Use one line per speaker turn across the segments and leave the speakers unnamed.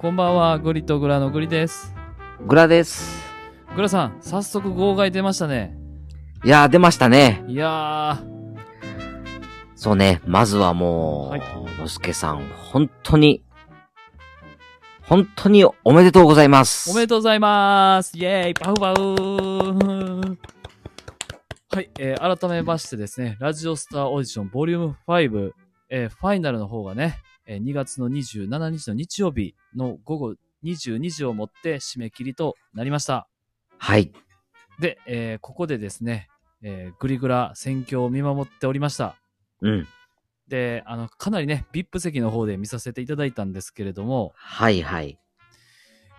こんばんは、グリとグラのグリです。
グラです。
グラさん、早速号外出ましたね。
いやー、出ましたね。
いやー、
そうね、まずはも、
はいう
のすけさん、本当に、本当におめでとうございます。
おめでとうございます。イェーイ、パフパフ はい、えー改めましてですね、ラジオスターオーディションボリューム5、えーファイナルの方がね、えー2月の27日の日曜日の午後22時をもって締め切りとなりました。
はい。
で、えーここでですね、えーグリグラ戦況を見守っておりました。
うん。
で、あの、かなりね、VIP 席の方で見させていただいたんですけれども、
はいはい。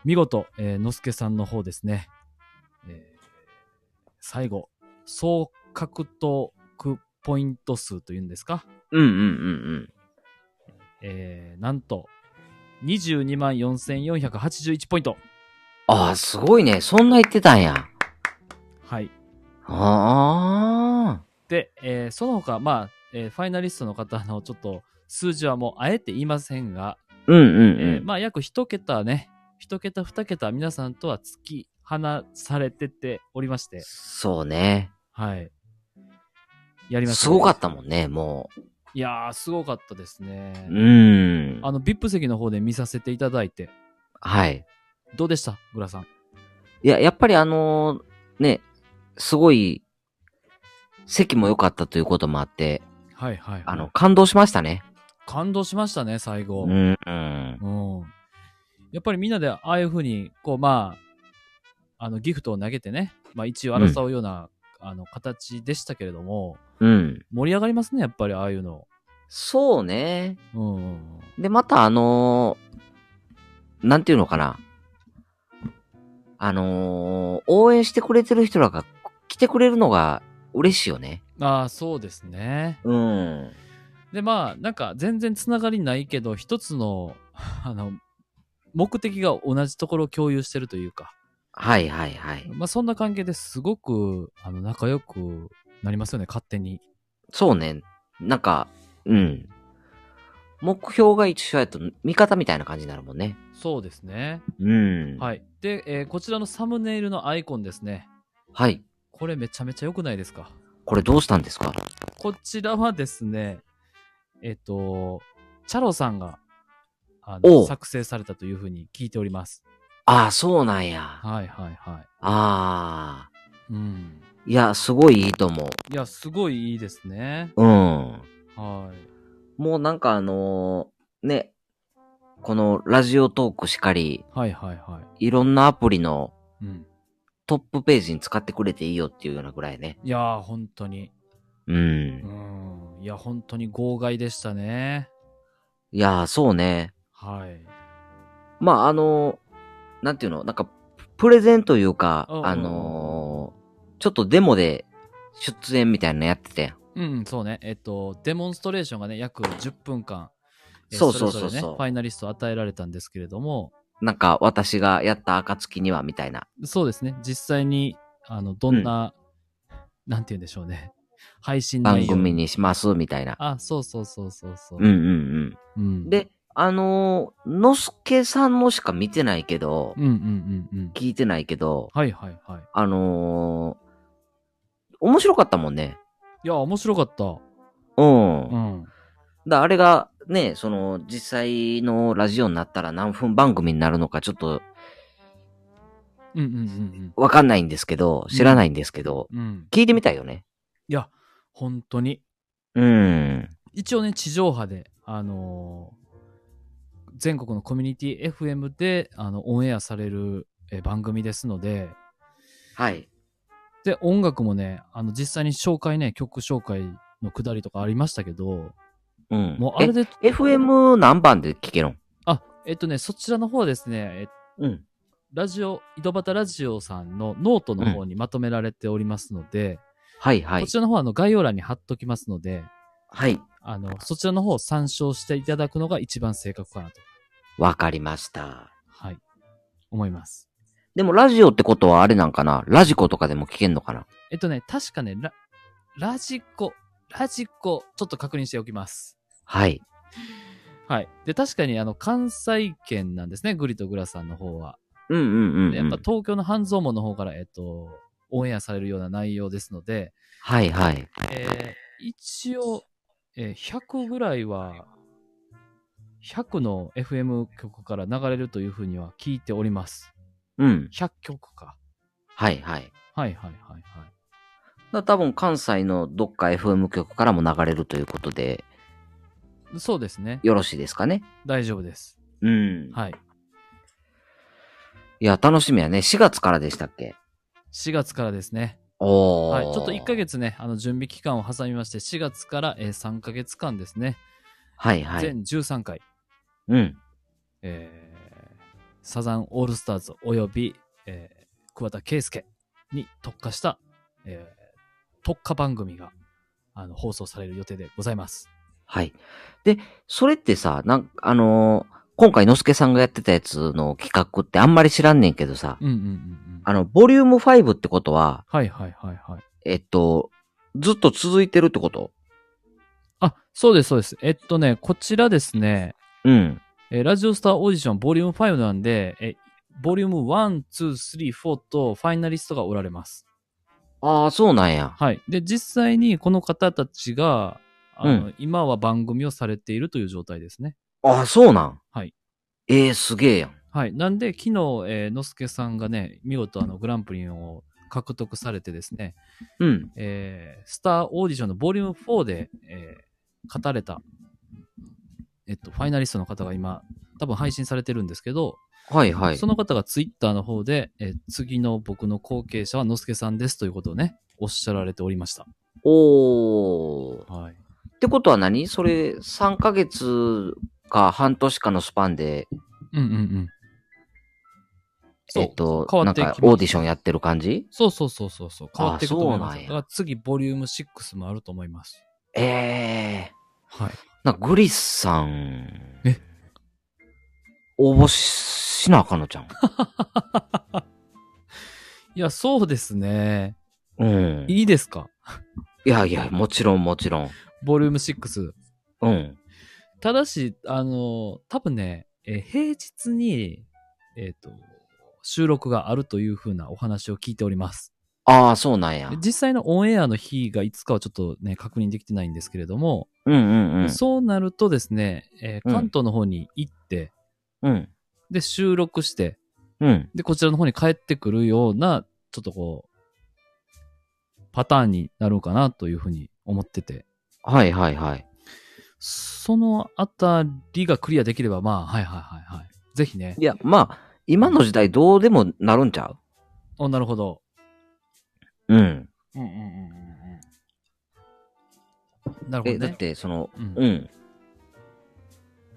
見事、えー、のすけさんの方ですね、えー最後、総獲得ポイント数というんですか、
うんうんうん
えーなんと、22万4481ポイント。
うん。ああ、すごいね。そんな言ってたんや。
はい。
ああ。
で、えーその他、まあ、えーファイナリストの方のちょっと数字はもうあえて言いませんが、
うんうんう
えー
ん。
まあ約一桁ね、一桁二桁皆さんとは突き放されてておりまして、
そうね。
はい。やりました、
すごかっ。たもんね、も
いやー、すごかったですね。
う。うーん。
あの、VIP 席の方で見させていただいて、
はい。
どうでしたグラさん。
いや、やっぱりあのーね、すごい、席も良かったということもあって、
はいはい。
あの、、感動しましたね。
感動しましたね、最後。
う。ん。うん
うん。やっぱりみんなでああいう風に、こう、まあ、あの、ギフトを投げてね、まあ一応争うような、あの、形でしたけれども、
うん。
盛り上がりますね、やっぱりああいうの。
そうね。
うんうんうん。
で、またあのーなんていうのかな。あのー応援してくれてる人らが来てくれるのが嬉しいよね。
ああ、そうですね。
うん。
で、まあ、なんか全然つながりないけど、一つの、 あの、目的が同じところを共有してるというか、
はいはいはい。
まあそんな関係ですごく、あの、仲良くなりますよね、勝手に。
そうね。なんか、うん。目標が一緒やと、味方みたいな感じになるもんね。
そうですね。
うん。はい。
はい。で、えーこちらのサムネイルのアイコンですね。これめちゃめちゃ良くないですか
これどうしたんですか
こちらはですね、えっ、と、チャロさんが、あ
お
の、
う
作成されたというふうに聞いております。
ああ、そうなんや。あ
はいはいは
あ
い。うん。
ー。いや、すごいいいと思
いや、すごいいいですね。
う。うん。
はい。
もうなんかあのーね、このラジオトークしかり、
はいはいはい
ろんなアプリの
い。うん。
トップページに使ってくれていいよっていうようなぐらいね。
いやー、本当に。
う。
うんん。いや、本当に号外でしたね。
いやー、そうね。
はい。
まあ、あのーなんていうのなんか、プレゼンというか、
うんうんうん
あのーちょっとデモで出演みたいなのやってて。
うん、そうね。えっと、デモンストレーションがね、約10分間。え
そうそうそうそう
れぞれね、ファイナリスト与えられたんですけれども、
なんか、私がやった暁にはみたいな。
そうですね。実際に、あの、どんな、なんて言うんでしょうね。配信内
番
容
組にします、みたいな。
あ、そうそうそうそうそう。
うんうんうん。
うん
で、あのー、のすけさんのしか見てないけど、
うんうんうんうん。
聞いてないけど、
はいはいはい。
あのー面白かったもんね。
いや、面白かった。
うん。
うん。
だあれがね、その、実際のラジオになったら何分番組になるのかちょっと
うんうんうん
わかんないんですけど、知らないんですけど、
うん。うん。
聞いてみたいよね。
いや、本当に。
うん。
一応ね、地上波で、あのー全国のコミュニティ FM で、あの、オンエアされるえー番組ですので、
はい。
で、音楽もね、あの、実際に紹介ね、曲紹介のくだりとかありましたけど、
うん。
もうあれで、
え FM 何番で聞けるん
あ、えっとね、そちらの方はですね、え
うん。
ラジオ、井戸端ラジオさんのノートの方にまとめられておりますので、
はいはい
こ。ちらの方はあの概要欄に貼っときますので、
はい。
あの、そちらの方を参照していただくのが一番正確かなと、
わかりました。
はい、思います。
でもラジオってことはあれなんかなラジコとかでも聞けんのかな
えっとね、確かね、ラ、ラジコ、ラジコ、ちょっと確認しておきます。
はい。
はい。で、確かに、あの、関西圏なんですね、グリとグラさんの方は。
うんうんうん、うん。
でやっぱ東京の半蔵門の方から、えっと、オンエアされるような内容ですので、
はいはい。
えー一応、えー100ぐらいは、100の FM 曲から流れるというふうには聞いております。
うん。
100曲か。
はいはい。
はいはいはいはい。
だ多分関西のどっか FM 局からも流れるということで、
そうですね。
よろしいですかね。
大丈夫です。
うん。
はい。
いや、楽しみやね。4月からでしたっけ
4月からですね。
お
は
ー。
い。ちょっと1ヶ。月ね、あの、準備期間を挟みまして、4月から、えー3ヶ月間ですね。
はいはい。
全13回、
うん。
えーサザンオールスターズおよび、えー桑田佳祐に特化した、えー特化番組が、あの、放送される予定でございます。
はい。で、それってさ、なんあのー今回のすけさんがやってたやつの企画ってあんまり知らんねんけどさ、
うんうんうんうん。
あの、ボリューム5ってことは、
はいはいはいはい。
えっと、ずっと続いてるってこと
あ、そうですそうです。えっとね、こちらですね、
うん。
えーラジオスターオーディションボリューム5なんで、えボリューム1、2、3、4とファイナリストがおられます。
ああ、そうなんや。
はい。で、実際にこの方たちが、あの、今は番組をされているという状態ですね。
ああ、そうなん。
はい。
ええすげえやん。
はい。なんで、昨日、えー、のすけさんがね、見事あの、グランプリを獲得されてですね、
うん。
えースターオーディションのボリューム4で、えー語れた、えっと、ファイナリストの方が今、多分配信されてるんですけど、
はいはい。
その方がツイッターの方で、えー次の僕の後継者はのすけさんですということをね、おっしゃられておりました。
おー。
はい。
ってことは何それ、3ヶ月か半年かのスパンで、
うんうんうん。そう
えっと
変、わ
な
っ
ん
ていき
か
ます
オーディションやってる感じ
そうそうそうそうそう。変わっていくと思いま
あ
す。
そうなん
だ
や
から次、ボリューム6もあると思います。
ええ
はい。
なんかグリスさん。
え
応募ししなあかんのちゃん。
いや、そうですね。
うん。い
いいですか
やいや、もちろんもちろん。
ボリューム6。
うん。
ただし、あの、多分ね、えー平日に、えっ、と、収録があるというふうなお話を聞いております。
ああ、そうなんや
で。実際のオンエアの日がいつかはちょっとね、確認できてないんですけれども、
うんうんうん。
そうなるとですね、えー
うん
関東の方に行って、
うん。
で、収録して、
うん。
で、こちらの方に帰ってくるような、ちょっとこう、パターンになるかなというふうに思ってて、
はいはいはい。
そのあたりがクリアできれば、まあ、はいはいはいはい。ぜひね。
いや、まあ、今の時代どうでもなるんちゃ
お、なるほど。
ううん。
うんうんうんうん。なるほ
え、
ど
だ
ね
っ。て、その、
うん
うん。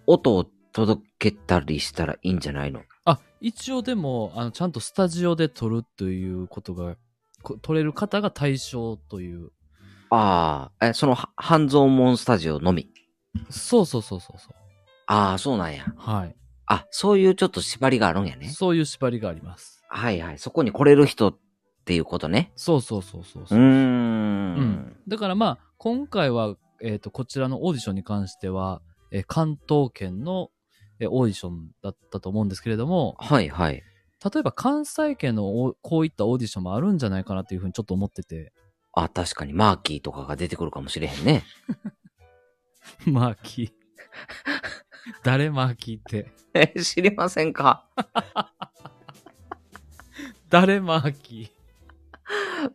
音を届けたりしたらいいんじゃないの
あ、一応でも、あの、ちゃんとスタジオで撮るということが、こ撮れる方が対象という。
ああ、え、その、は半蔵門スタジオのみ。
そうそうそうそうそう。
ああ、そうなんや。
はい。
あ、そういうちょっと縛りがあるんやね。
そういう縛りがあります。
はいはい。そこに来れる人っていうことね。
そうそうそうそう
う
そ
ー
う。
ん,、
うんだからまあ、今回は、えっ、と、こちらのオーディションに関しては、えー関東圏の、えーオーディションだったと思うんですけれども、
はいはい。
例えば関西圏のおこういったオーディションもあるんじゃないかなというふうにちょっと思ってて、
あ、確かにマーキーとかが出てくるかもしれへんね。
マーキー。 誰マーキーって。
え、 知りませんか
誰マーキ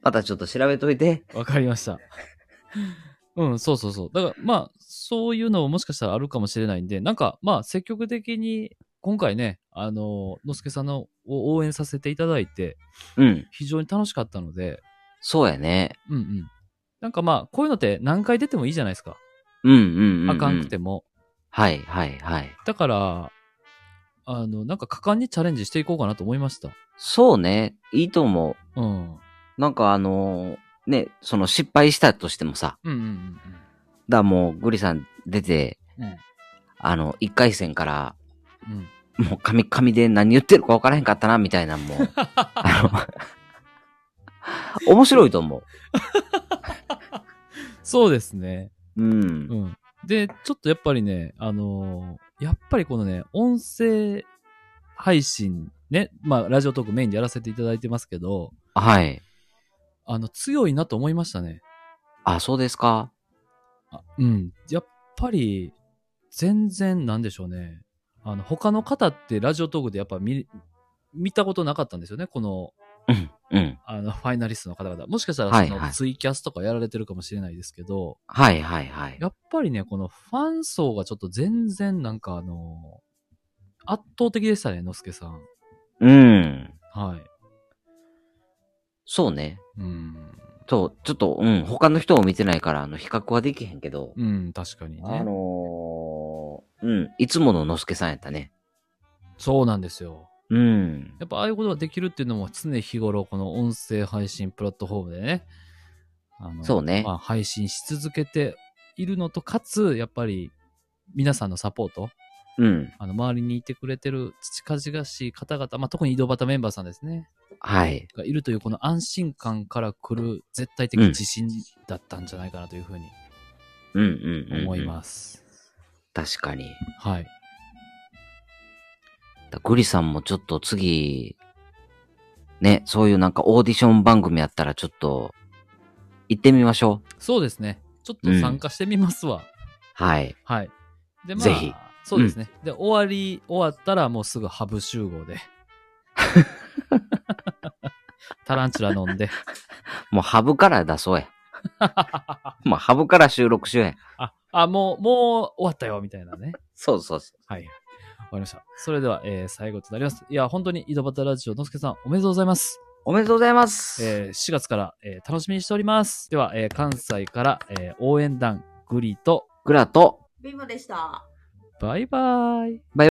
またちょっと調べといて。
ー。わかりました。うん、そうそうそう。だからまあ、そういうのももしかしたらあるかもしれないんで、なんかまあ、積極的に今回ね、あの、のすけさんのを応援させていただいて、
うん。
非常に楽しかったので、
そうやね。
うんうん。なんかまあ、こういうのって何回出てもいいじゃないですか。
うんうんうん、うん。
あかんくて。も。
はいはいはい。
だから、あの、なんか果敢にチャレンジしていこうかなと思いました。
そうね。いいと思う。
うん。うん
なんかあのーね、その失敗したとしてもさ、
うんうん
だからもうグリさん出て、
うん。うん。
あの、一回戦から、
うん。
もう神々で何言ってるか分からへんかったな、みたいなんも うあの、面白いと思
そうですね。
う。うん。
うん。で、ちょっとやっぱりね、あのーやっぱりこのね、音声配信、ね、まあ、ラジオトークメインでやらせていただいてますけど、
はい。
あの、強いなと思いましたね。
あ、そうですか。
あうん。やっぱり、全然なんでしょうね。あの、他の方ってラジオトークでやっぱ見、見たことなかったんですよね。この、
うん。うん。
あの、フ ァイナリストの方々。もしかしたら、
は
そ
いは
の、
い
ツイキャスとかやられてるかもしれないですけど、
はいはいはい。
やっぱりね、このファン層がちょっと全然なんかあの圧倒的でしたね、のすけさん。
うん。
はい。
そうね。
うん。
そう、ちょっと、うん、他の人を見てないから、あの、比較はできへんけど、
うん、確かに
あ
ね。
のー、うん、いつもののすけさんやったね。
そうなんですよ。
うん。
やっぱああいうことができるっていうのも常日頃この音声配信プラットフォームでね、あの
そうね
まあ、配信し続けているのと、かつ、やっぱり皆さんのサポート、
うん。
あの周りにいてくれてる土かじがしい方々、まあ、特に井戸端メンバーさんですね。
はい。
がいるというこの安心感から来る絶対的自信だったんじゃないかなというふうに
うんうんうん、うん。
思います。
確かに。
はい。
だグリさんもちょっと次、ね、そういうなんかオーディション番組やったらちょっと、行ってみましょう。
そうですね。ちょっと参加してみますわ。
はい。
はい。で、まあ、
ぜひ
そうですね。で、終わり、終わったらもうすぐハブ集合 で。タランチュラ飲んで。
もうハブから出そう や。もうハブから収録しようや。
あ、あ、もう、もう終わったよ、みたいなね。
そうそうそう。
はい。わかりました。それでは、えー最後となります。いや、本当に井戸端ラジオのすけさん、おめでとうございます。
おめでとうございます。
えー4月から、えー楽しみにしております。では、えー関西から、えー応援団グリと
グラと、
ビムでした。
バイバーイ。